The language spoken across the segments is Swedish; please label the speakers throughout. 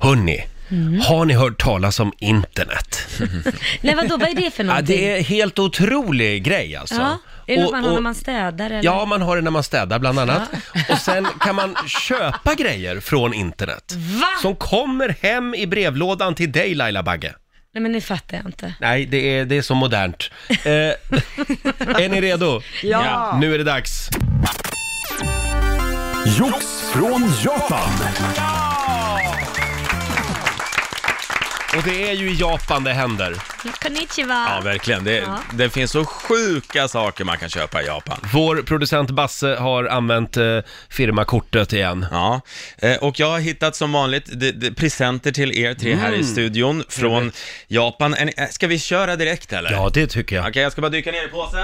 Speaker 1: Hörni,
Speaker 2: Mm.
Speaker 1: har ni hört talas om internet?
Speaker 2: Nej vadå, vad är det för
Speaker 1: Ja,
Speaker 2: någonting?
Speaker 1: det är helt otrolig grej alltså.
Speaker 2: Ja, är det något
Speaker 1: Och-
Speaker 2: man har
Speaker 1: och-
Speaker 2: när man städar eller?
Speaker 1: Ja, man har det när man städar bland annat. Och sen kan man köpa grejer från internet.
Speaker 2: Va?
Speaker 1: Som kommer hem i brevlådan till dig Laila Bagge.
Speaker 2: Nej men det fattar jag inte.
Speaker 1: Nej, det är, det är så modernt. Eh, är ni redo?
Speaker 2: Ja.
Speaker 1: Nu är det dags.
Speaker 3: Jox från Japan.
Speaker 1: Och det är ju i Japan det händer.
Speaker 2: Konnichiwa!
Speaker 4: Ja, verkligen. Det,
Speaker 2: Ja.
Speaker 4: det finns så sjuka saker man kan köpa i Japan.
Speaker 1: Vår producent Basse har använt eh, firmakortet igen.
Speaker 4: Ja, eh, och jag har hittat som vanligt de, de, presenter till er tre här
Speaker 1: Mm.
Speaker 4: i studion från Japan. Är ni- eh, Ska vi köra direkt eller?
Speaker 1: Ja, det tycker
Speaker 4: Okej,
Speaker 1: jag.
Speaker 4: jag ska bara dyka ner i påsen.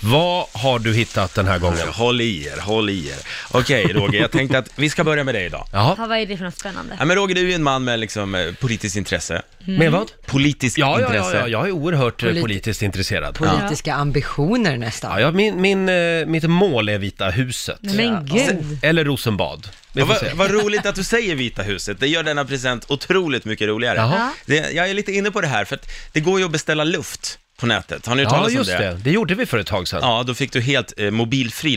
Speaker 1: Vad har du hittat den här gången?
Speaker 4: Håll i er, håll i er. Okej, Roger, jag tänkte att vi ska börja med dig idag.
Speaker 1: Jaha,
Speaker 2: Ja, vad är det för något spännande?
Speaker 4: Ja, men Roger, du är ju en man med liksom, eh, politiskt intresse.
Speaker 2: Mm.
Speaker 1: med vad?
Speaker 4: Politiskt
Speaker 1: Ja, ja,
Speaker 4: intresse.
Speaker 1: ja, ja, jag är oerhört eh,
Speaker 5: Polit-
Speaker 1: politiskt intresserad.
Speaker 5: Politiska ambitioner nästan.
Speaker 1: Ja, ja, min, min, eh, mitt mål är Vita huset.
Speaker 2: Men gud!
Speaker 1: Eller Rosenbad. Vi
Speaker 4: Ja,
Speaker 1: får
Speaker 4: Vad
Speaker 1: se.
Speaker 4: vad roligt att du säger Vita huset, det gör denna present otroligt mycket roligare.
Speaker 1: Jaha.
Speaker 4: Det, jag är lite inne på det här, för att det går ju att beställa luft på nätet. Har ni hört
Speaker 1: Ja,
Speaker 4: talas om
Speaker 1: just det. Det gjorde vi för ett tag sedan.
Speaker 4: Ja, då fick du helt eh, mobilfri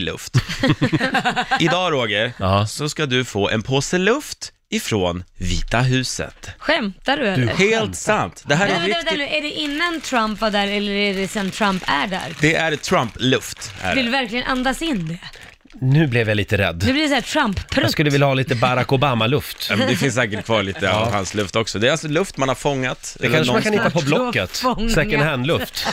Speaker 4: luft. Idag Roger,
Speaker 1: Ja.
Speaker 4: så ska du få en påse luft ifrån Vita huset.
Speaker 2: Skämtar du eller?
Speaker 4: Helt sant. Det här
Speaker 2: Vänta,
Speaker 4: är
Speaker 2: vänta, vänta nu,
Speaker 4: riktigt...
Speaker 2: är det innan Trump var där eller är det sen Trump är där?
Speaker 4: Det är Trump-luft. är det.
Speaker 2: Vill du verkligen andas in det?
Speaker 1: Nu blev jag lite rädd.
Speaker 2: Nu blir det såhär Trump-prutt.
Speaker 1: Jag skulle vilja ha lite Barack Obama-luft.
Speaker 4: Ja, men Det finns säkert kvar lite av hans luft också. Det är alltså luft man har fångat.
Speaker 1: Det kanske man kan hitta på
Speaker 2: någonstans.
Speaker 1: Blocket.
Speaker 2: Fånga.
Speaker 1: Second hand-luft.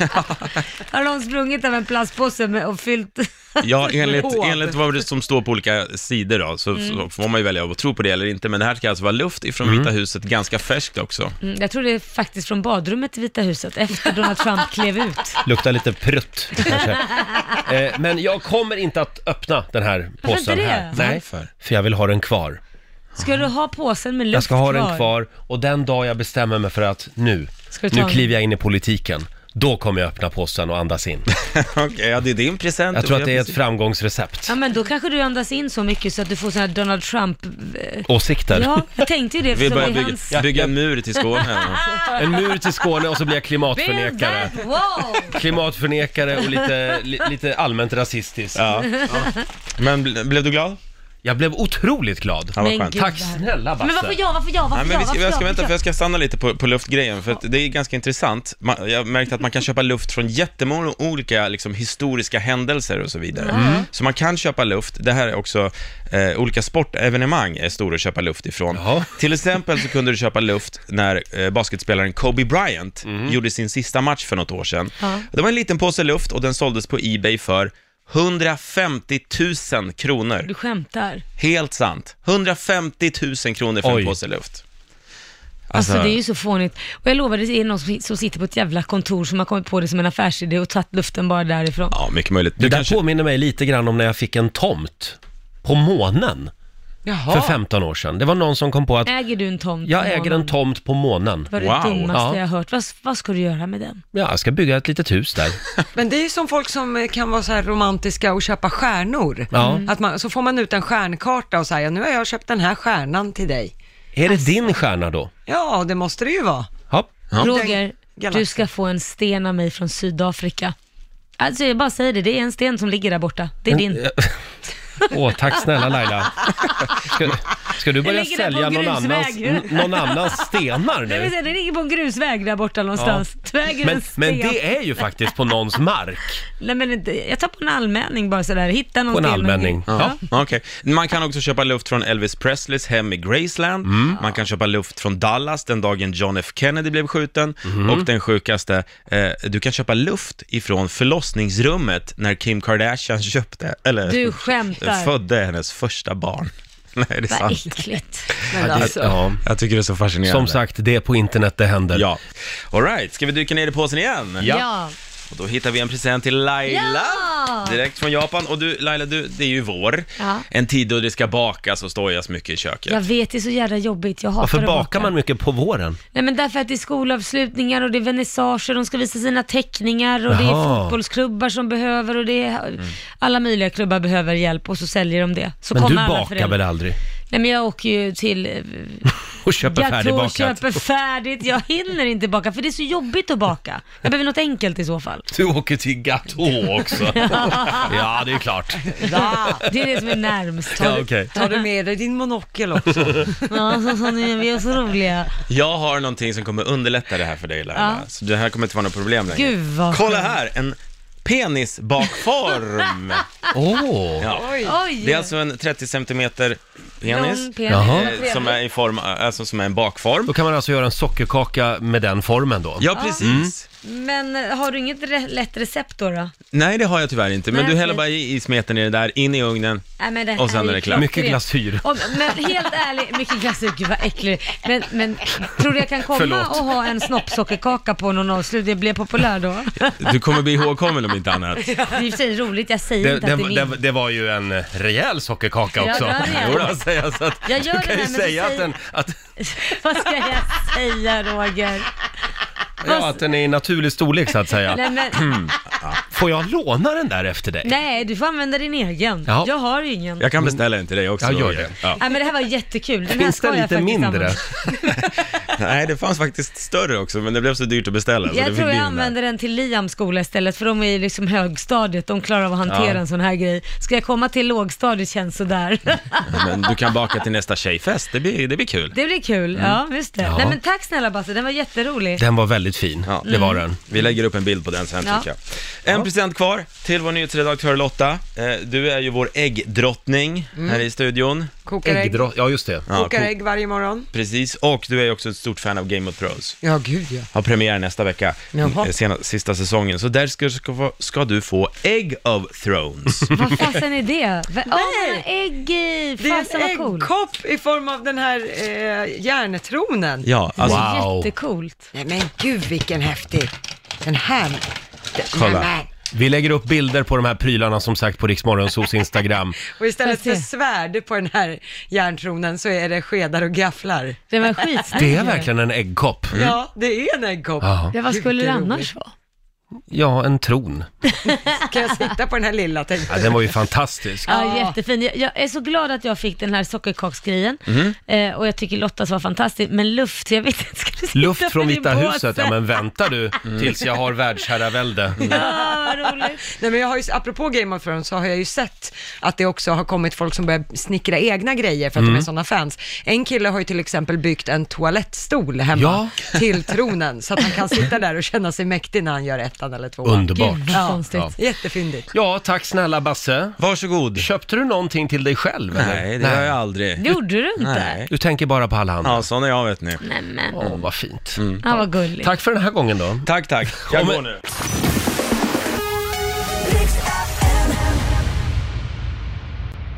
Speaker 2: Har någon sprungit av en plastpåse med och fyllt?
Speaker 4: Ja, enligt,
Speaker 5: Förlåt.
Speaker 4: enligt vad det som står på olika sidor då, så, så får man ju välja att tro på det eller inte. Men det här ska alltså vara luft ifrån
Speaker 1: Mm.
Speaker 4: Vita huset, ganska färskt också.
Speaker 2: Mm, jag tror det är faktiskt från badrummet i Vita huset efter Donald Trump klev ut.
Speaker 1: Luktar lite prutt kanske. Eh, Men jag kommer inte att öppna den här
Speaker 2: Varför
Speaker 1: påsen
Speaker 2: inte det?
Speaker 1: här. Nej,
Speaker 4: Varför?
Speaker 1: för jag vill ha den kvar.
Speaker 2: Ska du ha påsen med luft
Speaker 1: Jag ska ha den kvar och den dag jag bestämmer mig för att nu,
Speaker 2: Ska du ta
Speaker 1: nu
Speaker 2: en-
Speaker 1: kliver jag in i politiken. Då kommer jag öppna påsen och andas in.
Speaker 4: Okej, ja, det är din present.
Speaker 1: Jag tror
Speaker 4: och
Speaker 1: att det är ett
Speaker 4: precis-
Speaker 1: framgångsrecept.
Speaker 2: Ja men då kanske du andas in så mycket så att du får sån här Donald Trump... eh,
Speaker 1: Åsikter.
Speaker 2: Ja, jag tänkte ju det.
Speaker 4: Vi
Speaker 2: eftersom
Speaker 4: börjar
Speaker 2: det är
Speaker 4: bygga, bygga en mur till Skåne.
Speaker 1: En mur till Skåne och så blir jag
Speaker 2: Build
Speaker 1: klimatförnekare.
Speaker 2: that wall!
Speaker 1: Klimatförnekare och lite, li, lite allmänt rasistisk.
Speaker 4: Ja. Men bl- blev du glad?
Speaker 1: Jag blev otroligt glad.
Speaker 4: Ja, vad
Speaker 2: Men
Speaker 4: skönt.
Speaker 2: gud.
Speaker 1: Tack snälla
Speaker 2: Men
Speaker 1: Basse.
Speaker 2: varför jag, varför jag, varför
Speaker 4: Alltså. Nej, men vi
Speaker 2: jag,
Speaker 4: ska,
Speaker 2: varför
Speaker 4: jag ska
Speaker 2: jag?
Speaker 4: vänta, för jag ska stanna lite på, på luftgrejen, för att det är ganska intressant. Man, jag märkte att man kan köpa luft från jättemånga olika liksom, historiska händelser och så vidare.
Speaker 2: Mm.
Speaker 4: Så man kan köpa luft. Det här är också, eh, olika sportevenemang är stora att köpa luft ifrån.
Speaker 1: Jaha.
Speaker 4: Till exempel så kunde du köpa luft när eh, basketspelaren Kobe Bryant gjorde sin sista match för något år sedan.
Speaker 2: Ja.
Speaker 4: Det var en liten påse luft och den såldes på Ebay för 150 000 kronor.
Speaker 2: Du skämtar.
Speaker 4: Helt sant. 150 000 kronor för
Speaker 1: Oj.
Speaker 4: en påse luft.
Speaker 2: Alltså, det är ju så fånigt. Och jag lovar, det är någon som, som sitter på ett jävla kontor som har kommit på det som en affärsidé och tagit luften bara därifrån.
Speaker 4: Ja, mycket möjligt.
Speaker 1: Det
Speaker 4: Du
Speaker 1: där
Speaker 4: kanske...
Speaker 1: påminner mig lite grann om när jag fick en tomt på månen
Speaker 5: Jaha.
Speaker 1: för 15 år sedan. Det var någon som kom på att
Speaker 2: Äger du en tomt? på
Speaker 1: jag äger
Speaker 2: månen?
Speaker 1: en tomt på månen.
Speaker 2: Det var det
Speaker 4: Wow.
Speaker 2: dummaste
Speaker 1: Ja.
Speaker 2: jag har hört. Vad, vad ska du göra med den?
Speaker 1: Ja, jag ska bygga ett litet hus där.
Speaker 5: Men det är ju som folk som eh, kan vara så här romantiska och köpa stjärnor.
Speaker 1: Ja. Mm.
Speaker 5: Att man, så får man ut en stjärnkarta och säger, nu har jag köpt den här stjärnan till dig.
Speaker 1: Är det
Speaker 2: Alltså.
Speaker 1: din stjärna då?
Speaker 5: Ja, det måste det ju vara.
Speaker 1: Ja.
Speaker 2: Roger,
Speaker 5: Galaxen.
Speaker 2: du ska få en sten av mig från Sydafrika. Alltså jag bara säger det, det är en sten som ligger där borta. Det är din.
Speaker 1: Åh, tack snälla Laila. Ska, ska du börja
Speaker 2: ligger där på
Speaker 1: sälja
Speaker 2: en
Speaker 1: någon annans,
Speaker 2: grusväg.
Speaker 1: n- någon annans stenar
Speaker 2: Det, vill
Speaker 1: nu?
Speaker 2: säga, det ligger på en grusväg där borta någonstans. Du äger
Speaker 1: Men,
Speaker 2: en sten.
Speaker 1: men det är ju faktiskt på någons mark.
Speaker 2: Nej, men inte, jag tar på en allmänning bara sådär. Hitta någon
Speaker 1: På en
Speaker 2: sten.
Speaker 1: allmänning.
Speaker 4: Ja, okej. Man kan också köpa luft från Elvis Presleys hem i Graceland.
Speaker 1: Mm.
Speaker 4: Man kan köpa luft från Dallas den dagen John F Kennedy blev skjuten.
Speaker 1: Mm.
Speaker 4: Och den sjukaste, eh, du kan köpa luft ifrån förlossningsrummet när Kim Kardashian köpte, eller
Speaker 2: Du skämtar.
Speaker 4: födde hennes första barn. Nej, det är
Speaker 2: Vad
Speaker 4: sant.
Speaker 2: äckligt.
Speaker 5: Men
Speaker 1: Ja, det,
Speaker 5: alltså,
Speaker 1: ja.
Speaker 4: Jag tycker det är så fascinerande.
Speaker 1: Som sagt, det är på internet det händer.
Speaker 4: Ja. All right, ska vi dyka ner i påsen igen?
Speaker 2: Ja.
Speaker 4: Och då hittar vi en present till Laila.
Speaker 2: Ja!
Speaker 4: Direkt från Japan. Och du, Laila, du, det är ju vår.
Speaker 2: Ja.
Speaker 4: En tid då det ska bakas och stojas mycket i köket.
Speaker 2: Jag vet, det är så jävla jobbigt. Jag hatar
Speaker 1: Varför
Speaker 2: att
Speaker 1: bakar
Speaker 2: baka.
Speaker 1: man mycket på våren?
Speaker 2: Nej men därför att det är skolavslutningar och det är vernissager, de ska visa sina teckningar och det är
Speaker 1: Jaha. Mm.
Speaker 2: fotbollsklubbar som behöver och det är alla möjliga klubbar behöver hjälp och så säljer de det. Så
Speaker 1: Men
Speaker 2: kommer
Speaker 1: du
Speaker 2: alla
Speaker 1: bakar
Speaker 2: föräldrar.
Speaker 1: väl aldrig?
Speaker 2: Nej men jag åker ju till eh,
Speaker 1: Och köper
Speaker 2: Gâteau och
Speaker 1: färdigbakat.
Speaker 2: köper färdigt. Jag hinner inte baka för det är så jobbigt att baka. Jag behöver något enkelt i så fall.
Speaker 1: Du åker till Gatå också. ja, det är klart.
Speaker 5: Ja.
Speaker 2: Det är det som är närmst.
Speaker 1: Ja, okej.
Speaker 5: Tar du med dig din monokel också?
Speaker 2: Ja, så, så, ni- vi är så roliga.
Speaker 4: Jag har någonting som kommer underlätta det här för dig Laila,
Speaker 2: Ja.
Speaker 4: så det här kommer inte vara något problem längre.
Speaker 2: Gud, vad
Speaker 4: Kolla
Speaker 2: skönt.
Speaker 4: här, en penisbakform.
Speaker 1: Åh!
Speaker 4: ja.
Speaker 5: Oj.
Speaker 2: Oj!
Speaker 4: Det är alltså en 30 centimeter penis,
Speaker 2: Lång penis.
Speaker 1: Jaha.
Speaker 4: eh, som är i form, alltså som är en bakform.
Speaker 1: Då kan man alltså göra en sockerkaka med den formen då.
Speaker 4: Ja, precis.
Speaker 2: Men eh, har du inget re- lätt recept då? då?
Speaker 4: Nej, det har jag tyvärr inte, men
Speaker 2: Nej,
Speaker 4: du häller
Speaker 2: okej.
Speaker 4: bara i, i smeten i det där, in i ugnen.
Speaker 2: Nej, men det
Speaker 4: Och sen
Speaker 2: här
Speaker 4: är det
Speaker 2: ju
Speaker 4: klart.
Speaker 1: Mycket
Speaker 2: klockrent.
Speaker 1: glasyr.
Speaker 2: Om, men helt ärligt, mycket glasyr, gud vad äckligt. Men, men tror du jag kan komma
Speaker 1: Förlåt.
Speaker 2: och ha en snoppsockerkaka på någon avslut? Det blir populär då?
Speaker 4: Du kommer bli ihågkommen om inte annat.
Speaker 2: Det är i och för sig roligt, jag säger
Speaker 1: Det,
Speaker 2: inte att det är
Speaker 1: det,
Speaker 2: min.
Speaker 1: det, det var ju en rejäl sockerkaka
Speaker 2: Ja,
Speaker 1: också.
Speaker 2: det var det.
Speaker 1: Jo, då, säga, så att,
Speaker 2: Jag gör
Speaker 1: du
Speaker 2: den
Speaker 1: kan
Speaker 2: här,
Speaker 1: ju
Speaker 2: men du
Speaker 1: säga att
Speaker 2: säger-
Speaker 1: den, att,
Speaker 2: Vad ska jag säga Roger? Alltså-
Speaker 1: ja, att den är i naturlig storlek så att säga.
Speaker 2: Nej, men,
Speaker 1: Får jag låna den där efter dig?
Speaker 2: nej, du får använda din egen.
Speaker 1: Ja.
Speaker 2: Jag har ingen.
Speaker 4: Jag kan beställa en till dig också.
Speaker 1: Ja, gör
Speaker 4: Roger.
Speaker 1: det.
Speaker 4: Ja.
Speaker 2: Nej, men det här var jättekul. Den här
Speaker 1: Finns
Speaker 2: ska
Speaker 1: den
Speaker 2: jag
Speaker 1: lite
Speaker 2: faktiskt
Speaker 1: mindre?
Speaker 2: använda.
Speaker 4: Nej, det fanns faktiskt större också, men det blev så dyrt att beställa.
Speaker 1: Alltså,
Speaker 4: så det
Speaker 2: Jag
Speaker 4: fick
Speaker 2: tror
Speaker 4: bli
Speaker 2: jag
Speaker 4: den där.
Speaker 2: använder den till Liams skola istället för de är ju liksom högstadiet, de klarar av att hantera
Speaker 4: Ja.
Speaker 2: en sån här grej. Ska jag komma till lågstadiet känns sådär.
Speaker 1: Mm.
Speaker 4: Men du kan baka till nästa tjejfest, det blir, det blir kul.
Speaker 2: Det blir kul, ja just det.
Speaker 1: Mm. Ja.
Speaker 2: Nej men tack snälla Basse, den var jätterolig.
Speaker 1: Den var väldigt fin,
Speaker 4: Ja.
Speaker 1: det var
Speaker 2: Mm.
Speaker 1: den.
Speaker 4: Vi lägger upp en bild på den sen
Speaker 2: Ja.
Speaker 4: tycker jag. En present kvar till vår nyhetsredaktör Lotta. Eh, Du är ju vår äggdrottning här i studion.
Speaker 5: Kokar ägg,
Speaker 1: Äggdrott, ja just det.
Speaker 4: Ja,
Speaker 5: kokar
Speaker 4: ko-
Speaker 5: ägg varje morgon.
Speaker 4: Precis, och du är ju också ett stort fan av Game of Thrones.
Speaker 5: Ja, gud ja.
Speaker 4: Har premiär nästa vecka,
Speaker 5: Jaha.
Speaker 4: Eh, sena, sista säsongen. Så där ska, ska, få- ska du få Egg of Thrones.
Speaker 2: Vad fasen är det? Va- Åh, man har ägg i!
Speaker 5: Det är
Speaker 2: Fasen
Speaker 5: en
Speaker 2: vad cool.
Speaker 5: äggkopp i form av den här eh, järntronen.
Speaker 4: ja, alltså,
Speaker 1: Wow.
Speaker 2: Jättecoolt.
Speaker 5: Nej men gud vilken häftig. Den här. Den,
Speaker 4: Kolla.
Speaker 5: Nej, men.
Speaker 1: Vi lägger upp bilder på de här prylarna som sagt på Riksmorgonsos Instagram.
Speaker 5: Och istället
Speaker 2: Får
Speaker 5: för
Speaker 2: jag se?
Speaker 5: svärd på den här järntronen så är det skedar och gafflar.
Speaker 2: Den var skitsnygg.
Speaker 1: Det är
Speaker 2: ju.
Speaker 1: verkligen en äggkopp.
Speaker 5: Ja, det är en äggkopp.
Speaker 1: Ja.
Speaker 2: Ja, vad skulle
Speaker 5: Gud,
Speaker 2: det
Speaker 5: vad roligt.
Speaker 2: annars vara?
Speaker 1: ja, en tron.
Speaker 5: Kan jag sitta på den här lilla tänkte
Speaker 1: Ja, den var ju fantastisk.
Speaker 2: Ja, jättefin. Jag, jag är så glad att jag fick den här sockerkaksgrejen
Speaker 1: Mm.
Speaker 2: eh, och jag tycker Lottas var fantastisk, men luft, jag vet inte, ska du sitta
Speaker 1: Luft från
Speaker 2: med din Mm.
Speaker 1: Vita
Speaker 2: påse?
Speaker 1: huset, ja men vänta du tills jag har världsherravälde.
Speaker 2: Ja, vad roligt.
Speaker 5: Nej men jag har ju, apropå Game of Thrones så har jag ju sett att det också har kommit folk som börjar snickra egna grejer för att de är sådana fans. En kille har ju till exempel byggt en toalettstol hemma till tronen så att han kan sitta där och känna sig mäktig när han gör ettan eller tvåan.
Speaker 1: Underbart.
Speaker 2: Gud, vad konstigt.
Speaker 1: Ja.
Speaker 5: Jättefyndigt.
Speaker 1: Ja, tack snälla Basse.
Speaker 4: varsågod.
Speaker 1: Köpte du någonting till dig själv? eller?
Speaker 4: Mm. Nej, det gör jag aldrig.
Speaker 2: Det gjorde du inte?
Speaker 4: Nej.
Speaker 1: Du tänker bara på alla andra?
Speaker 4: Ja, Mm. sån är jag vet ni.
Speaker 2: Nej men,
Speaker 1: Åh, vad fint.
Speaker 2: han var gullig.
Speaker 1: Tack för den här gången då.
Speaker 4: Tack, tack. Jag
Speaker 1: Om-
Speaker 4: går nu.